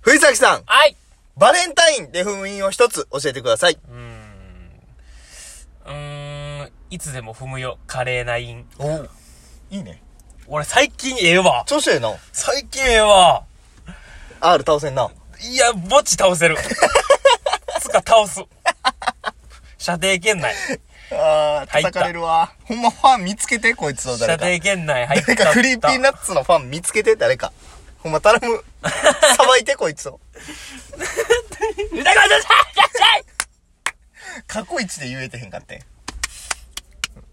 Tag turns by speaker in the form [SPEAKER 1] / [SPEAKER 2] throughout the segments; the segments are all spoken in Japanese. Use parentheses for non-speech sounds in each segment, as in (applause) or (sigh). [SPEAKER 1] 藤崎さん、
[SPEAKER 2] はい。
[SPEAKER 1] バレンタインで封印を一つ教えてください。
[SPEAKER 2] うーん。うーん。いつでも踏むよ、華麗な韻。
[SPEAKER 1] おいいね。
[SPEAKER 2] 俺最近ええわ。
[SPEAKER 1] 調子ええな。
[SPEAKER 2] 最近ええわ。
[SPEAKER 1] R 倒せんな。
[SPEAKER 2] いや、ぼっち倒せる。つか倒す。射程圏内。
[SPEAKER 1] あー、
[SPEAKER 2] 入った
[SPEAKER 1] 叩かれるわ。ほんまファン見つけて、こいつを
[SPEAKER 2] 射
[SPEAKER 1] 誰か。
[SPEAKER 2] 程圏内入った。
[SPEAKER 1] 誰かクリーピーナッツのファン見つけて、誰か。ほんま頼 (laughs) む。さばいて、こいつを。
[SPEAKER 2] 痛くない痛くない
[SPEAKER 1] 過去一で言えてへんかってん。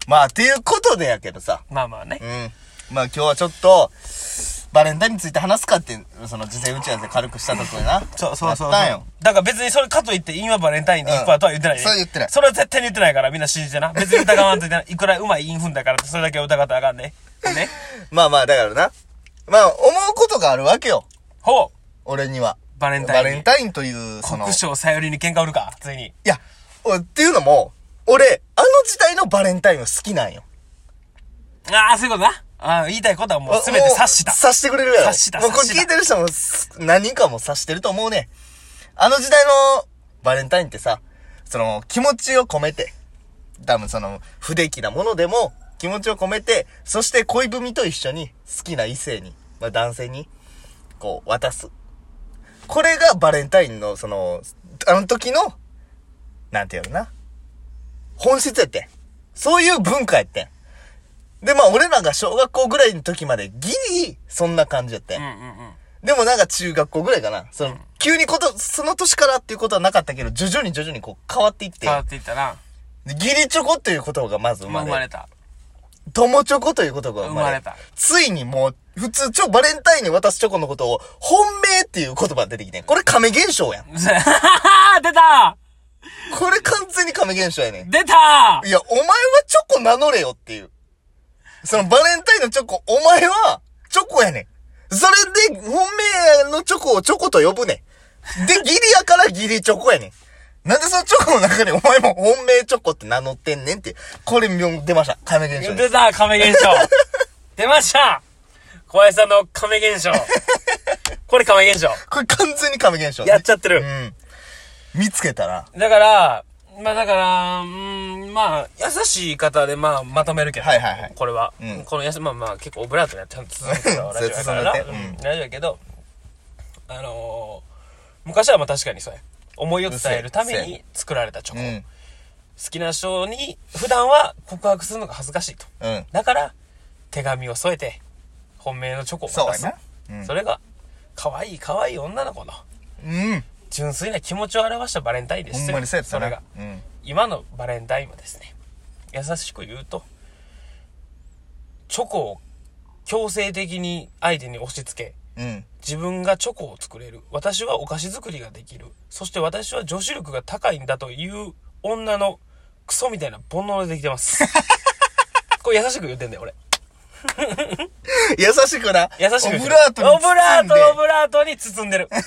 [SPEAKER 1] まあ、ていうことでやけどさ。
[SPEAKER 2] まあまあね
[SPEAKER 1] う。ん。まあ今日はちょっと、バレンタインについて話すかって、その事前打ち合わせ軽くしたとこでな。
[SPEAKER 2] そう
[SPEAKER 1] そうそうやったんよ。
[SPEAKER 2] だから別にそれかといって、今バレンタインで1%とは言ってない、ね
[SPEAKER 1] うんそう言ってない
[SPEAKER 2] それは絶対に言ってないから、みんな信じてな。別に疑わんといてな。いくらうまいインフンだからって、それだけは疑ったらあかんね。ね。
[SPEAKER 1] まあまあ、だからな。まあ、思うことがあるわけよ。
[SPEAKER 2] ほう。
[SPEAKER 1] 俺には。
[SPEAKER 2] バレンタイン
[SPEAKER 1] バレンタインという、その。
[SPEAKER 2] 国
[SPEAKER 1] い
[SPEAKER 2] 章さよりに喧嘩売るか、ついに。
[SPEAKER 1] や、おっていうのも、俺、あの時代のバレンタインは好きなんよ。
[SPEAKER 2] ああ、そういうことな。ああ、言いたいことはもう全て
[SPEAKER 1] もう
[SPEAKER 2] 察した。
[SPEAKER 1] 察してくれるやろ。
[SPEAKER 2] 察した
[SPEAKER 1] もうこれ
[SPEAKER 2] 察した
[SPEAKER 1] 聞いてる人もす、何人かも察してると思うね。あの時代のバレンタインってさ、その、気持ちを込めて、多分その、不出来なものでも、気持ちを込めて、そして恋文と一緒に、好きな異性に、まあ男性に、こう、渡す。これがバレンタインの、その、あの時の、なんてやろな。本質やってん。そういう文化やってん。で、まあ、俺らが小学校ぐらいの時までギリ、そんな感じやって
[SPEAKER 2] うん
[SPEAKER 1] ん。
[SPEAKER 2] うんうん。
[SPEAKER 1] でもなんか中学校ぐらいかな。その、急にこと、その年からっていうことはなかったけど、徐々に徐々にこう変わっていって
[SPEAKER 2] 変、わっていったな。
[SPEAKER 1] でギリチョコという言葉がまず生
[SPEAKER 2] まあ
[SPEAKER 1] ま
[SPEAKER 2] 生ま
[SPEAKER 1] れ
[SPEAKER 2] れ、た。 (laughs)
[SPEAKER 1] 友チョコという言葉が生まれ
[SPEAKER 2] 生まれた
[SPEAKER 1] ついにもう、普通、ちょ、バレンタインに渡すチョコのことを、本命っていう言葉が出てきてん。これ亀現象やん。
[SPEAKER 2] 出た
[SPEAKER 1] これ完全に亀現象やねん。
[SPEAKER 2] 出た
[SPEAKER 1] いや、お前はチョコ名乗れよっていう。そのバレンタインのチョコ、お前はチョコやねん。それで、本命のチョコをチョコと呼ぶねん。で、ギリやからギリチョコやねん。なんでそのチョコの中にお前も本命チョコって名乗ってんねんって。これ、出ました。亀現象です。
[SPEAKER 2] 出た亀現象出ました小林さんの亀現象これ亀現象
[SPEAKER 1] これ完全に亀現象。
[SPEAKER 2] やっちゃってる。
[SPEAKER 1] うん。見つけたら。
[SPEAKER 2] だから、まあだから、うーん、まあ、優しい言い方で、まあ、まとめるけど。
[SPEAKER 1] はいはいはい
[SPEAKER 2] これは。
[SPEAKER 1] うん
[SPEAKER 2] このやす、まあまあ、結構オブラートにやって続けてたラジオやからな。
[SPEAKER 1] そうやって続けて
[SPEAKER 2] う
[SPEAKER 1] うん
[SPEAKER 2] ん、ラジオやけど、あのー、昔はまあ確かにそうや。思いを伝えるため
[SPEAKER 1] そうや
[SPEAKER 2] に作られたチョ
[SPEAKER 1] う
[SPEAKER 2] コ。
[SPEAKER 1] ん。
[SPEAKER 2] 好きな人に、普段は告白するのが恥ずかしいと。
[SPEAKER 1] うん。
[SPEAKER 2] だから、手紙を添えて、本命のチョコを
[SPEAKER 1] そう
[SPEAKER 2] 渡
[SPEAKER 1] や
[SPEAKER 2] す。
[SPEAKER 1] な。うん。
[SPEAKER 2] それが、可愛い可愛い女の子の、
[SPEAKER 1] うん。
[SPEAKER 2] 純粋な気持ちを表したバレンタインです
[SPEAKER 1] ほ
[SPEAKER 2] よ
[SPEAKER 1] んまにそうやった
[SPEAKER 2] そ
[SPEAKER 1] な。
[SPEAKER 2] れが。
[SPEAKER 1] うん。
[SPEAKER 2] 今のバレンタインはですね優しく言うとチョコを強制的に相手に押し付け
[SPEAKER 1] うん。
[SPEAKER 2] 自分がチョコを作れる私はお菓子作りができるそして私は女子力が高いんだという女のクソみたいな煩悩でできてます
[SPEAKER 1] (laughs)
[SPEAKER 2] これ優しく言ってんだよ俺
[SPEAKER 1] 優しくな。
[SPEAKER 2] 優しく言
[SPEAKER 1] オ
[SPEAKER 2] っ
[SPEAKER 1] ブ
[SPEAKER 2] てる
[SPEAKER 1] ラートに包んで。
[SPEAKER 2] オブラートオブラートに包
[SPEAKER 1] (laughs)
[SPEAKER 2] んでるめっ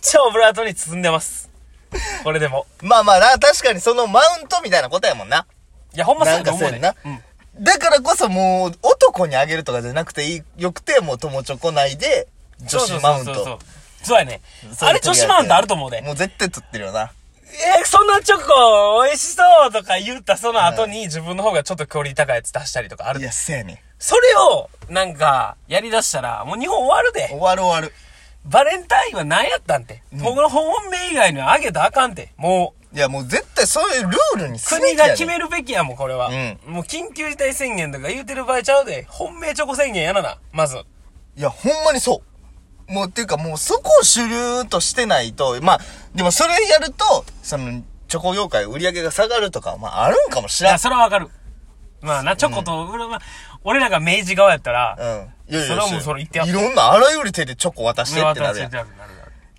[SPEAKER 2] ちゃオブラートに包んでますこれでも
[SPEAKER 1] まあまあな、確かにそのマウントみたいなことやもんな。
[SPEAKER 2] いやほんまそ
[SPEAKER 1] な
[SPEAKER 2] うや
[SPEAKER 1] ん
[SPEAKER 2] と
[SPEAKER 1] か
[SPEAKER 2] 思
[SPEAKER 1] そうや
[SPEAKER 2] うね
[SPEAKER 1] んな。
[SPEAKER 2] うん
[SPEAKER 1] だからこそもう、男にあげるとかじゃなくていい、よくて、もう友チョコ内で、女子マウン
[SPEAKER 2] そうそうそう
[SPEAKER 1] ト。
[SPEAKER 2] そうそうやね。
[SPEAKER 1] そう
[SPEAKER 2] あ
[SPEAKER 1] いう
[SPEAKER 2] れ
[SPEAKER 1] 時やっ
[SPEAKER 2] 女
[SPEAKER 1] て
[SPEAKER 2] 子マウントあると思うで。
[SPEAKER 1] もう絶対取ってるよな。
[SPEAKER 2] えー、そんなチョコ美味しそうとか言ったその後に自分の方がちょっとクオリティ高いやつ出したりとかあ
[SPEAKER 1] い
[SPEAKER 2] るで。
[SPEAKER 1] や、せやねん。
[SPEAKER 2] それを、なんか、やり出したら、もう日本終わるで。
[SPEAKER 1] 終わる終わる。
[SPEAKER 2] バレンタインは何やったんて。僕の本命以外にはあげたらあかんて。もう、
[SPEAKER 1] いや、もう絶対そういうルールにすべき
[SPEAKER 2] 国
[SPEAKER 1] や
[SPEAKER 2] が
[SPEAKER 1] ねん
[SPEAKER 2] 決めるべきやもん、これは。
[SPEAKER 1] う
[SPEAKER 2] もう緊急事態宣言とか言うてる場合ちゃうで。本命チョコ宣言やなな、まず。
[SPEAKER 1] いや、ほんまにそう。もう、っていうかもうそこを主流としてないと、まあ、でもそれやると、その、チョコ業界売り上げが下がるとか、まあ、あるんかもし
[SPEAKER 2] い
[SPEAKER 1] らん
[SPEAKER 2] や、。それはわかる。まあな、チョコと、俺は俺らが明治側やったら、
[SPEAKER 1] うん。いやいや
[SPEAKER 2] それはもうそれ言ってやっ
[SPEAKER 1] いろんなあらゆる手でチョコ渡してってなるやん。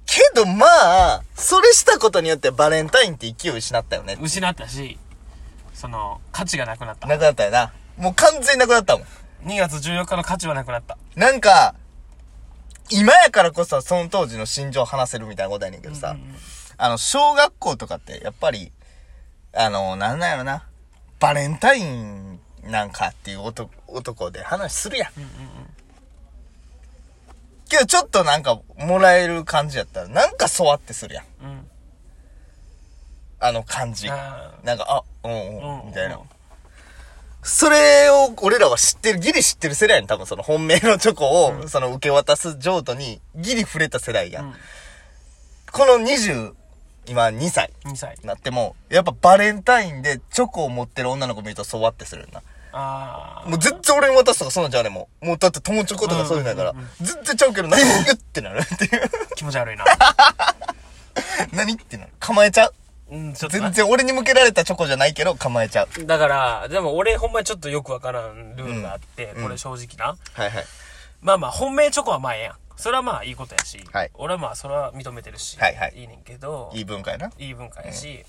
[SPEAKER 1] けどまあ、それしたことによってバレンタインって勢い失ったよね。
[SPEAKER 2] 失ったしその価値がなくなった2
[SPEAKER 1] なくなったよな。もう完全になくなったもん。
[SPEAKER 2] 月14日の価値はなくなった
[SPEAKER 1] なんか、今やからこそその当時の心情を話せるみたいなことやねんけどさ、あの、小学校とかってやっぱり、あの、なんなんやろな、バレンタインなんかっていう男男で話するやん。けどちょっとなんかもらえる感じやったら、なんかそわってするやん。
[SPEAKER 2] うん。
[SPEAKER 1] あの感じ。なんか、
[SPEAKER 2] あ
[SPEAKER 1] あ、うん
[SPEAKER 2] ー
[SPEAKER 1] う、
[SPEAKER 2] うんん。
[SPEAKER 1] みたいな。それを、俺らは知ってる、ギリ知ってる世代やん、多分その本命のチョコを、その受け渡す譲渡に、ギリ触れた世代や、
[SPEAKER 2] うん
[SPEAKER 1] ん。この20、今2歳
[SPEAKER 2] 2歳。
[SPEAKER 1] になっても、やっぱバレンタインでチョコを持ってる女の子見るとそわってするよな。 (laughs)
[SPEAKER 2] あ
[SPEAKER 1] もう全然俺に渡すとかそうなんじゃうねんもう。もうだって友チョコとかそういうのやから、全然ちゃうけど何 (laughs) 言ってなるっていう。
[SPEAKER 2] あ。気持ち悪いな。
[SPEAKER 1] 何ってなる構えちゃう。
[SPEAKER 2] うん、ちょっとな
[SPEAKER 1] 全然俺に向けられたチョコじゃないけど構えちゃう。
[SPEAKER 2] だから、でも俺ほんまにちょっとよくわからんルールがあって、これ正直な。
[SPEAKER 1] はいはい。
[SPEAKER 2] まあまあ、本命チョコはまあええやん。それはまあいいことやし、
[SPEAKER 1] はい
[SPEAKER 2] 俺はまあそれは認めてるし、
[SPEAKER 1] はいはい
[SPEAKER 2] いねんけど、
[SPEAKER 1] いい文化やな。
[SPEAKER 2] いい文化やし、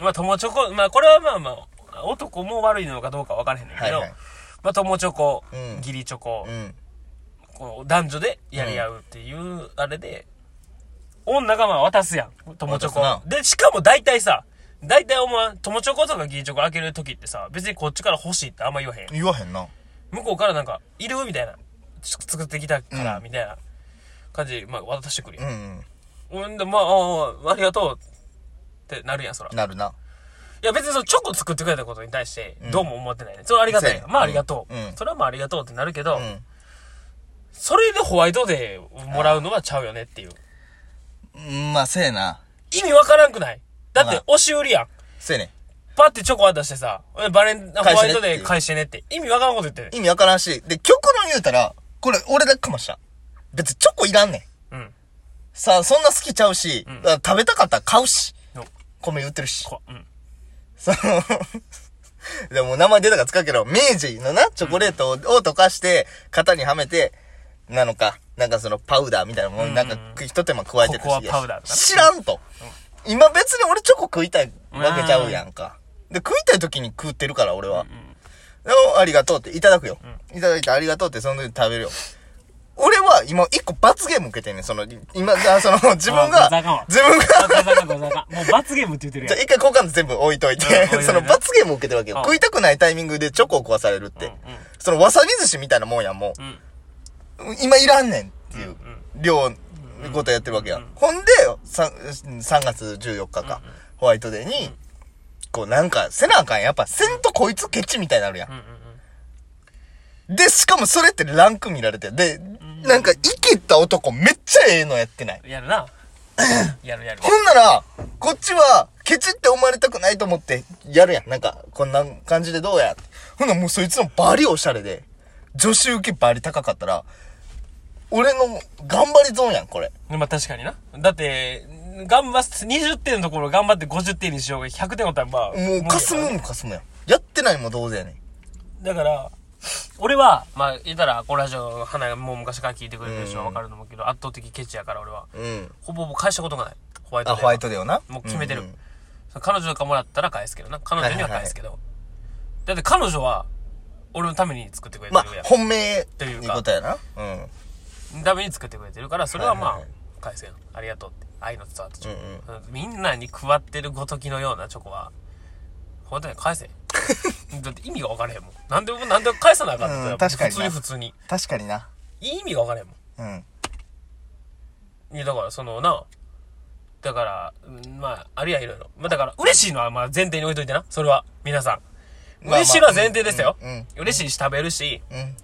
[SPEAKER 2] まあ友チョコ、まあこれはまあまあ、男も悪いのかどうか分からへんねんけど、
[SPEAKER 1] はいはい
[SPEAKER 2] まあ友チョコ、
[SPEAKER 1] うん
[SPEAKER 2] 義理チョコ、
[SPEAKER 1] うん。
[SPEAKER 2] こう男女でやり合うっていう、あれで、女がまあ渡すやん、友チョ
[SPEAKER 1] 渡
[SPEAKER 2] コ。で、しかも大体さ、大体お前、友チョコとか義理チョコ開ける時ってさ、別にこっちから欲しいってあんま言わへん。
[SPEAKER 1] 言わへんな。
[SPEAKER 2] 向こうからなんか、いるみたいな。ちょ作ってきたから、
[SPEAKER 1] うん
[SPEAKER 2] みたいな感じで、まあ渡してくる
[SPEAKER 1] う
[SPEAKER 2] やん。
[SPEAKER 1] ん
[SPEAKER 2] ほんで、まあ、ああありがとうってなるやん、そら
[SPEAKER 1] うん。。なるな。
[SPEAKER 2] いや別にそのチョコ作ってくれたことに対してどうも思ってないね。それはありがたい
[SPEAKER 1] そ
[SPEAKER 2] よ。
[SPEAKER 1] うや
[SPEAKER 2] まあありがとう。
[SPEAKER 1] うんうん
[SPEAKER 2] それはまあありがとうってなるけど、
[SPEAKER 1] うん。
[SPEAKER 2] それでホワイトデーもらうのはちゃうよねっていう。
[SPEAKER 1] うん、まあ、せえな。
[SPEAKER 2] 意味わからんくないだっ
[SPEAKER 1] ま
[SPEAKER 2] て
[SPEAKER 1] あ
[SPEAKER 2] 押し売りやん。
[SPEAKER 1] せえね
[SPEAKER 2] パってチョコ渡してさ、えバレン、ホ
[SPEAKER 1] 返し
[SPEAKER 2] ワ
[SPEAKER 1] てねっ
[SPEAKER 2] イ
[SPEAKER 1] ていう
[SPEAKER 2] トデー返してねって。意味わからんこと言ってる
[SPEAKER 1] ん。。意味わからんし。で、極論言うたら、これ俺だけかもしらん。別にチョコいらんねん。
[SPEAKER 2] うん。
[SPEAKER 1] さあ、そんな好きちゃうし、だから食べたかったら買うし。
[SPEAKER 2] の
[SPEAKER 1] 米売ってるし。
[SPEAKER 2] こうん。
[SPEAKER 1] その、 (laughs) でも名前出たから使うけど、明治のな、チョコレートを溶かして、型にはめて、なのか、なんかそのパウダーみたいなものになんかく一手間加えてるし。
[SPEAKER 2] ココアパウダーとかね
[SPEAKER 1] 知らんと。今別に俺チョコ食いたいわけちゃうやんか。で、食いたい時に食ってるから、俺は。でもありがとうって、いただくよ。いただいてありがとうって、その時食べるよ。俺は今一個罰ゲーム受けてんねん。その、今、あその、自分
[SPEAKER 2] (laughs) あ
[SPEAKER 1] が
[SPEAKER 2] ざかんわ、
[SPEAKER 1] 自分が、
[SPEAKER 2] あかんあかんあかんあかんもう罰ゲームって言ってる
[SPEAKER 1] じゃあ一回好感度全部置いといて
[SPEAKER 2] うん置いとい、て
[SPEAKER 1] (laughs) その罰ゲームを受けてるわけよ
[SPEAKER 2] う。ん
[SPEAKER 1] 食いたくないタイミングでチョコを食わされるって。
[SPEAKER 2] うん
[SPEAKER 1] そのわさび寿司みたいなもんやん、も
[SPEAKER 2] やん。うん。
[SPEAKER 1] う。今いらんねんっていう、量、ことやってるわけやん。ほんで、さ3月14日か、ホワイトデーに、こうなんか、せなあかんやん。やっぱ、せんとこいつケチみたいになるやん。
[SPEAKER 2] うんうん
[SPEAKER 1] で、しかもそれってランク見られて。で、なんか、生きった男めっちゃええのやってない
[SPEAKER 2] う
[SPEAKER 1] (laughs)
[SPEAKER 2] ん。やるな。やるやる。
[SPEAKER 1] ほんなら、こっちは、ケチって思われたくないと思って、やるやん。なんか、こんな感じでどうや。ほんならもうそいつのバリおしゃれで、女子受けバリ高かったら、俺の頑張りゾーンやん、これ。
[SPEAKER 2] まあ確かにな。だって、頑張っ、20点のところ頑張って50点にしようが100点おったらまあ。
[SPEAKER 1] もう、かすむもかすむやん。やってないも同然やねん。
[SPEAKER 2] だから、俺は、まあ、言ったら、このラジオ、花がもう昔から聞いてくれてる人はわかると思うけど、圧倒的ケチやから俺は。
[SPEAKER 1] うん。
[SPEAKER 2] ほぼほぼ返したことがない。ホワイト
[SPEAKER 1] あ、
[SPEAKER 2] デーは
[SPEAKER 1] ホワイトデーよな。
[SPEAKER 2] もう決めてる。
[SPEAKER 1] うんうん
[SPEAKER 2] その彼女がもらったら返すけどな。彼女には返すけど。だって彼女は、俺のために作ってくれて
[SPEAKER 1] まあ
[SPEAKER 2] るや、ん。
[SPEAKER 1] 本命って
[SPEAKER 2] て
[SPEAKER 1] い
[SPEAKER 2] いううか
[SPEAKER 1] ことやな。うん。
[SPEAKER 2] ために作ってくれてるから、それはまあ、
[SPEAKER 1] はいはいは
[SPEAKER 2] 返せよ。ありがとうって。愛の伝わったチョコ
[SPEAKER 1] う
[SPEAKER 2] みんなに配ってるごときのようなチョコは、本当に返せ。 (laughs) だって意味が分からへんもん。なんで、なんで返さなあかんの
[SPEAKER 1] うん確かに
[SPEAKER 2] 普通
[SPEAKER 1] な
[SPEAKER 2] に普通に。
[SPEAKER 1] 確かにな。
[SPEAKER 2] いい意味が分からへんもん。
[SPEAKER 1] うん。
[SPEAKER 2] いや、だから、そのな、だから、うんまあ、あるやん、いろいろ。まあ、だから、嬉しいのは、まあ、前提に置いといてな。それは、皆さん。
[SPEAKER 1] まあ
[SPEAKER 2] 嬉しいのは前提ですよ。
[SPEAKER 1] うんうん
[SPEAKER 2] 嬉しいし、食べるし。
[SPEAKER 1] うん。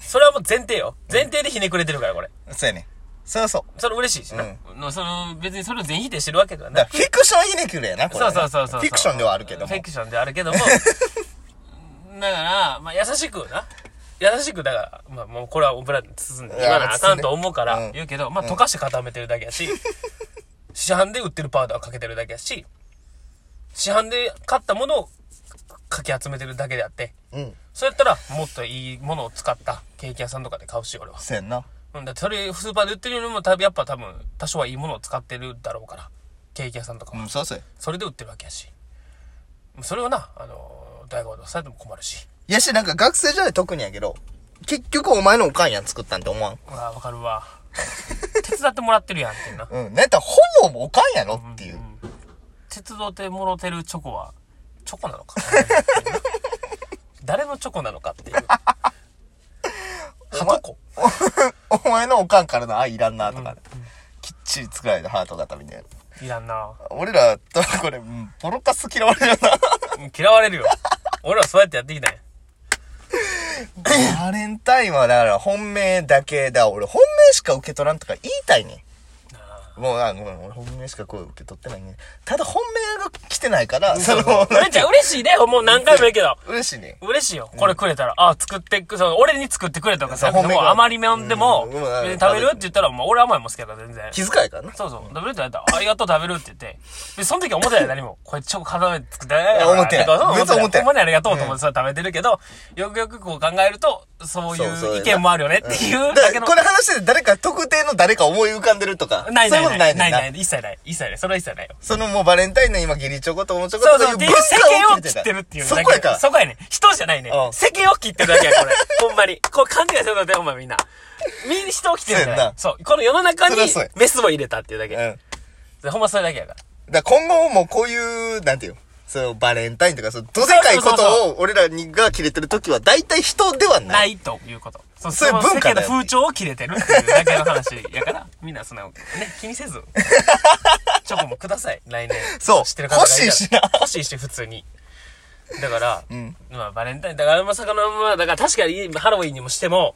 [SPEAKER 2] それはもう前提よ。前提でひねくれてるから、これ。
[SPEAKER 1] そうやねん。そりゃそう。
[SPEAKER 2] それ嬉しいしな。のその、別にそれを全否定してるわけではな
[SPEAKER 1] だ
[SPEAKER 2] い
[SPEAKER 1] か。らフィクションイネキュルやな、これ
[SPEAKER 2] そ
[SPEAKER 1] ね。
[SPEAKER 2] うそうそうそう。
[SPEAKER 1] フィクションではあるけども
[SPEAKER 2] フィ。クションではあるけ
[SPEAKER 1] (laughs)
[SPEAKER 2] ども。だから、まあ、優しくな。優しく、だから、まあ、もうこれはオブラで包んで、
[SPEAKER 1] い
[SPEAKER 2] 言
[SPEAKER 1] や
[SPEAKER 2] わなあかんと思う
[SPEAKER 1] 包
[SPEAKER 2] か
[SPEAKER 1] んでう
[SPEAKER 2] ら
[SPEAKER 1] ん
[SPEAKER 2] 言うけど、まあ、溶かして固めてるだけや
[SPEAKER 1] (laughs)
[SPEAKER 2] し、市販で売ってるパウダーかけてるだけやし、市販で買ったものをかき集めてるだけであって、
[SPEAKER 1] うん。
[SPEAKER 2] そうやったら、もっといいものを使ったケーキ屋さんとかで買うし、俺は。
[SPEAKER 1] せんな。
[SPEAKER 2] うんだってそれ、スーパーで売ってるよりも、多分やっぱ多分、多少はいいものを使ってるだろうから、ケーキ屋さんとかも
[SPEAKER 1] うん、そうそうや。
[SPEAKER 2] それで売ってるわけやし。それをな、あの、大悟のされても困るし。
[SPEAKER 1] いやし、なんか学生時代特にやけど、結局お前のおかんやん作ったんって思わん。
[SPEAKER 2] うわ、わかるわ。 (laughs) 手伝ってもらってるやんっていうな。
[SPEAKER 1] うん。なんやったらほぼおかんやろっていう。
[SPEAKER 2] 鉄道でもろてるチョコは、チョコなのか誰のチョコなのかっていう。ハトコ
[SPEAKER 1] おお前のおかんからの愛いらんなとかね、きっちり作られたハート型みたいない
[SPEAKER 2] らんな
[SPEAKER 1] 俺らとこれうんボロカス嫌われるよ
[SPEAKER 2] うん嫌われるよ。俺らそうやってやってきたんや。
[SPEAKER 1] なバレンタインはだから本命だけだ俺本命しか受け取らんとか言いたいねんもうあごめん俺本命しかこう受け取ってないねただ本命が来てないからその
[SPEAKER 2] めっちゃ嬉しいね、もう何回も言うけど。
[SPEAKER 1] 嬉しいね
[SPEAKER 2] 嬉しいよ。これくれたら、あ、作ってく、その俺に作ってくれとかさ、
[SPEAKER 1] そう
[SPEAKER 2] も
[SPEAKER 1] 褒め
[SPEAKER 2] う
[SPEAKER 1] が
[SPEAKER 2] 余りめんでも、
[SPEAKER 1] うんうん
[SPEAKER 2] 別に食べるって言ったら、もう俺甘いもん好きやから全然。
[SPEAKER 1] 気遣いからな
[SPEAKER 2] そうそう。食べるって言われたら、ありがとう食べるって言って。で、その時は
[SPEAKER 1] (laughs)
[SPEAKER 2] 思ってない何も。これチョコ固めて作ってない
[SPEAKER 1] や思ってない
[SPEAKER 2] 思っ
[SPEAKER 1] 別
[SPEAKER 2] て
[SPEAKER 1] に
[SPEAKER 2] ない。
[SPEAKER 1] 思ってない
[SPEAKER 2] ほんまにありがとうと思ってそれ食べてるけど、よくよくこう考えると、そういう意見もあるよねっていうだ
[SPEAKER 1] だ
[SPEAKER 2] け
[SPEAKER 1] か
[SPEAKER 2] の
[SPEAKER 1] らこ。れ話してて誰か特定の誰か思い浮かんでるとか
[SPEAKER 2] ないない
[SPEAKER 1] そういうこ
[SPEAKER 2] な
[SPEAKER 1] と
[SPEAKER 2] い。
[SPEAKER 1] な
[SPEAKER 2] ないい
[SPEAKER 1] ね
[SPEAKER 2] なんい
[SPEAKER 1] な
[SPEAKER 2] ない。一切ない。一切ない。それは一切ないよ。
[SPEAKER 1] そのもうバレンタインの今義理チョコとおもちょこ
[SPEAKER 2] そう
[SPEAKER 1] と
[SPEAKER 2] そう。
[SPEAKER 1] とい
[SPEAKER 2] って
[SPEAKER 1] う
[SPEAKER 2] いう
[SPEAKER 1] 文
[SPEAKER 2] 世
[SPEAKER 1] 化を
[SPEAKER 2] 間を
[SPEAKER 1] 切
[SPEAKER 2] 切
[SPEAKER 1] っ
[SPEAKER 2] ってて
[SPEAKER 1] るっ
[SPEAKER 2] るってて
[SPEAKER 1] い
[SPEAKER 2] いうう
[SPEAKER 1] そ
[SPEAKER 2] だ
[SPEAKER 1] こ
[SPEAKER 2] け
[SPEAKER 1] やから
[SPEAKER 2] そこやねん。人じゃないね
[SPEAKER 1] うん。
[SPEAKER 2] 世間を切ってるだけや、これ。
[SPEAKER 1] (laughs)
[SPEAKER 2] ほんまに。こう勘違いするので、ほんまみんな。みんな人を切ってる
[SPEAKER 1] そうや
[SPEAKER 2] んだ
[SPEAKER 1] んな。
[SPEAKER 2] よそう。この世の中に
[SPEAKER 1] そりゃそうや
[SPEAKER 2] メスを入れたっていうだ
[SPEAKER 1] うん
[SPEAKER 2] け。ほんまそれだけやから。
[SPEAKER 1] だから今後もうこういうなんていうのそうバレンタインとかそうどでかいこ
[SPEAKER 2] そうそう
[SPEAKER 1] とを俺らにが切れてる時は大体人では
[SPEAKER 2] な
[SPEAKER 1] ない
[SPEAKER 2] いということ。そう
[SPEAKER 1] そういう
[SPEAKER 2] の
[SPEAKER 1] 文化だよ
[SPEAKER 2] 世間の風潮を切れてるっていうだけの話やから、 (laughs) みんなそんな、ね、気にせ
[SPEAKER 1] (laughs)
[SPEAKER 2] ず。チョコもください、来年。
[SPEAKER 1] そう
[SPEAKER 2] 知ってる方がいたら
[SPEAKER 1] 欲しいしな
[SPEAKER 2] 欲しいし、普通に。だから、まあ、バレンタイン、だから、まさかの、まあ、だから確かにハロウィンにもしても、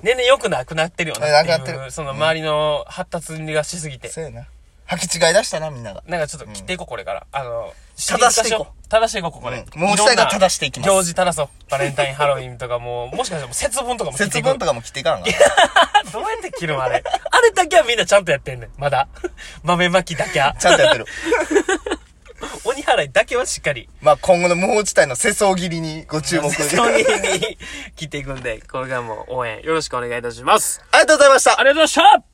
[SPEAKER 2] 年々良くなくなってるよなってい
[SPEAKER 1] なく
[SPEAKER 2] う。
[SPEAKER 1] なってる
[SPEAKER 2] その周りの発達がしすぎて。
[SPEAKER 1] そうやな履き違い出したなみんなが
[SPEAKER 2] なんかちょっと切っていこう、これから。あの、
[SPEAKER 1] 正していこ
[SPEAKER 2] う。正していこう、ここで。
[SPEAKER 1] うんもう一回が正していきます
[SPEAKER 2] ろんな行事正そう。バレンタイン、ハロウィンとかも、もしかしたらもう節分とかも切って
[SPEAKER 1] 節
[SPEAKER 2] いこう
[SPEAKER 1] 分とかも切っていかんが
[SPEAKER 2] (laughs) どうやって切るのあれ。あれだけはみんなちゃんとやってんねん。まだ。 (laughs) 豆まきだけは。
[SPEAKER 1] ちゃんとやってる
[SPEAKER 2] 鬼払いだけはしっ (laughs) かり。
[SPEAKER 1] まあ今後の無法地帯の世相切りにご注目
[SPEAKER 2] 本当に切っていくんで、これからも応援よろしくお願いいたします。
[SPEAKER 1] ありがとうございました
[SPEAKER 2] ありがとうございました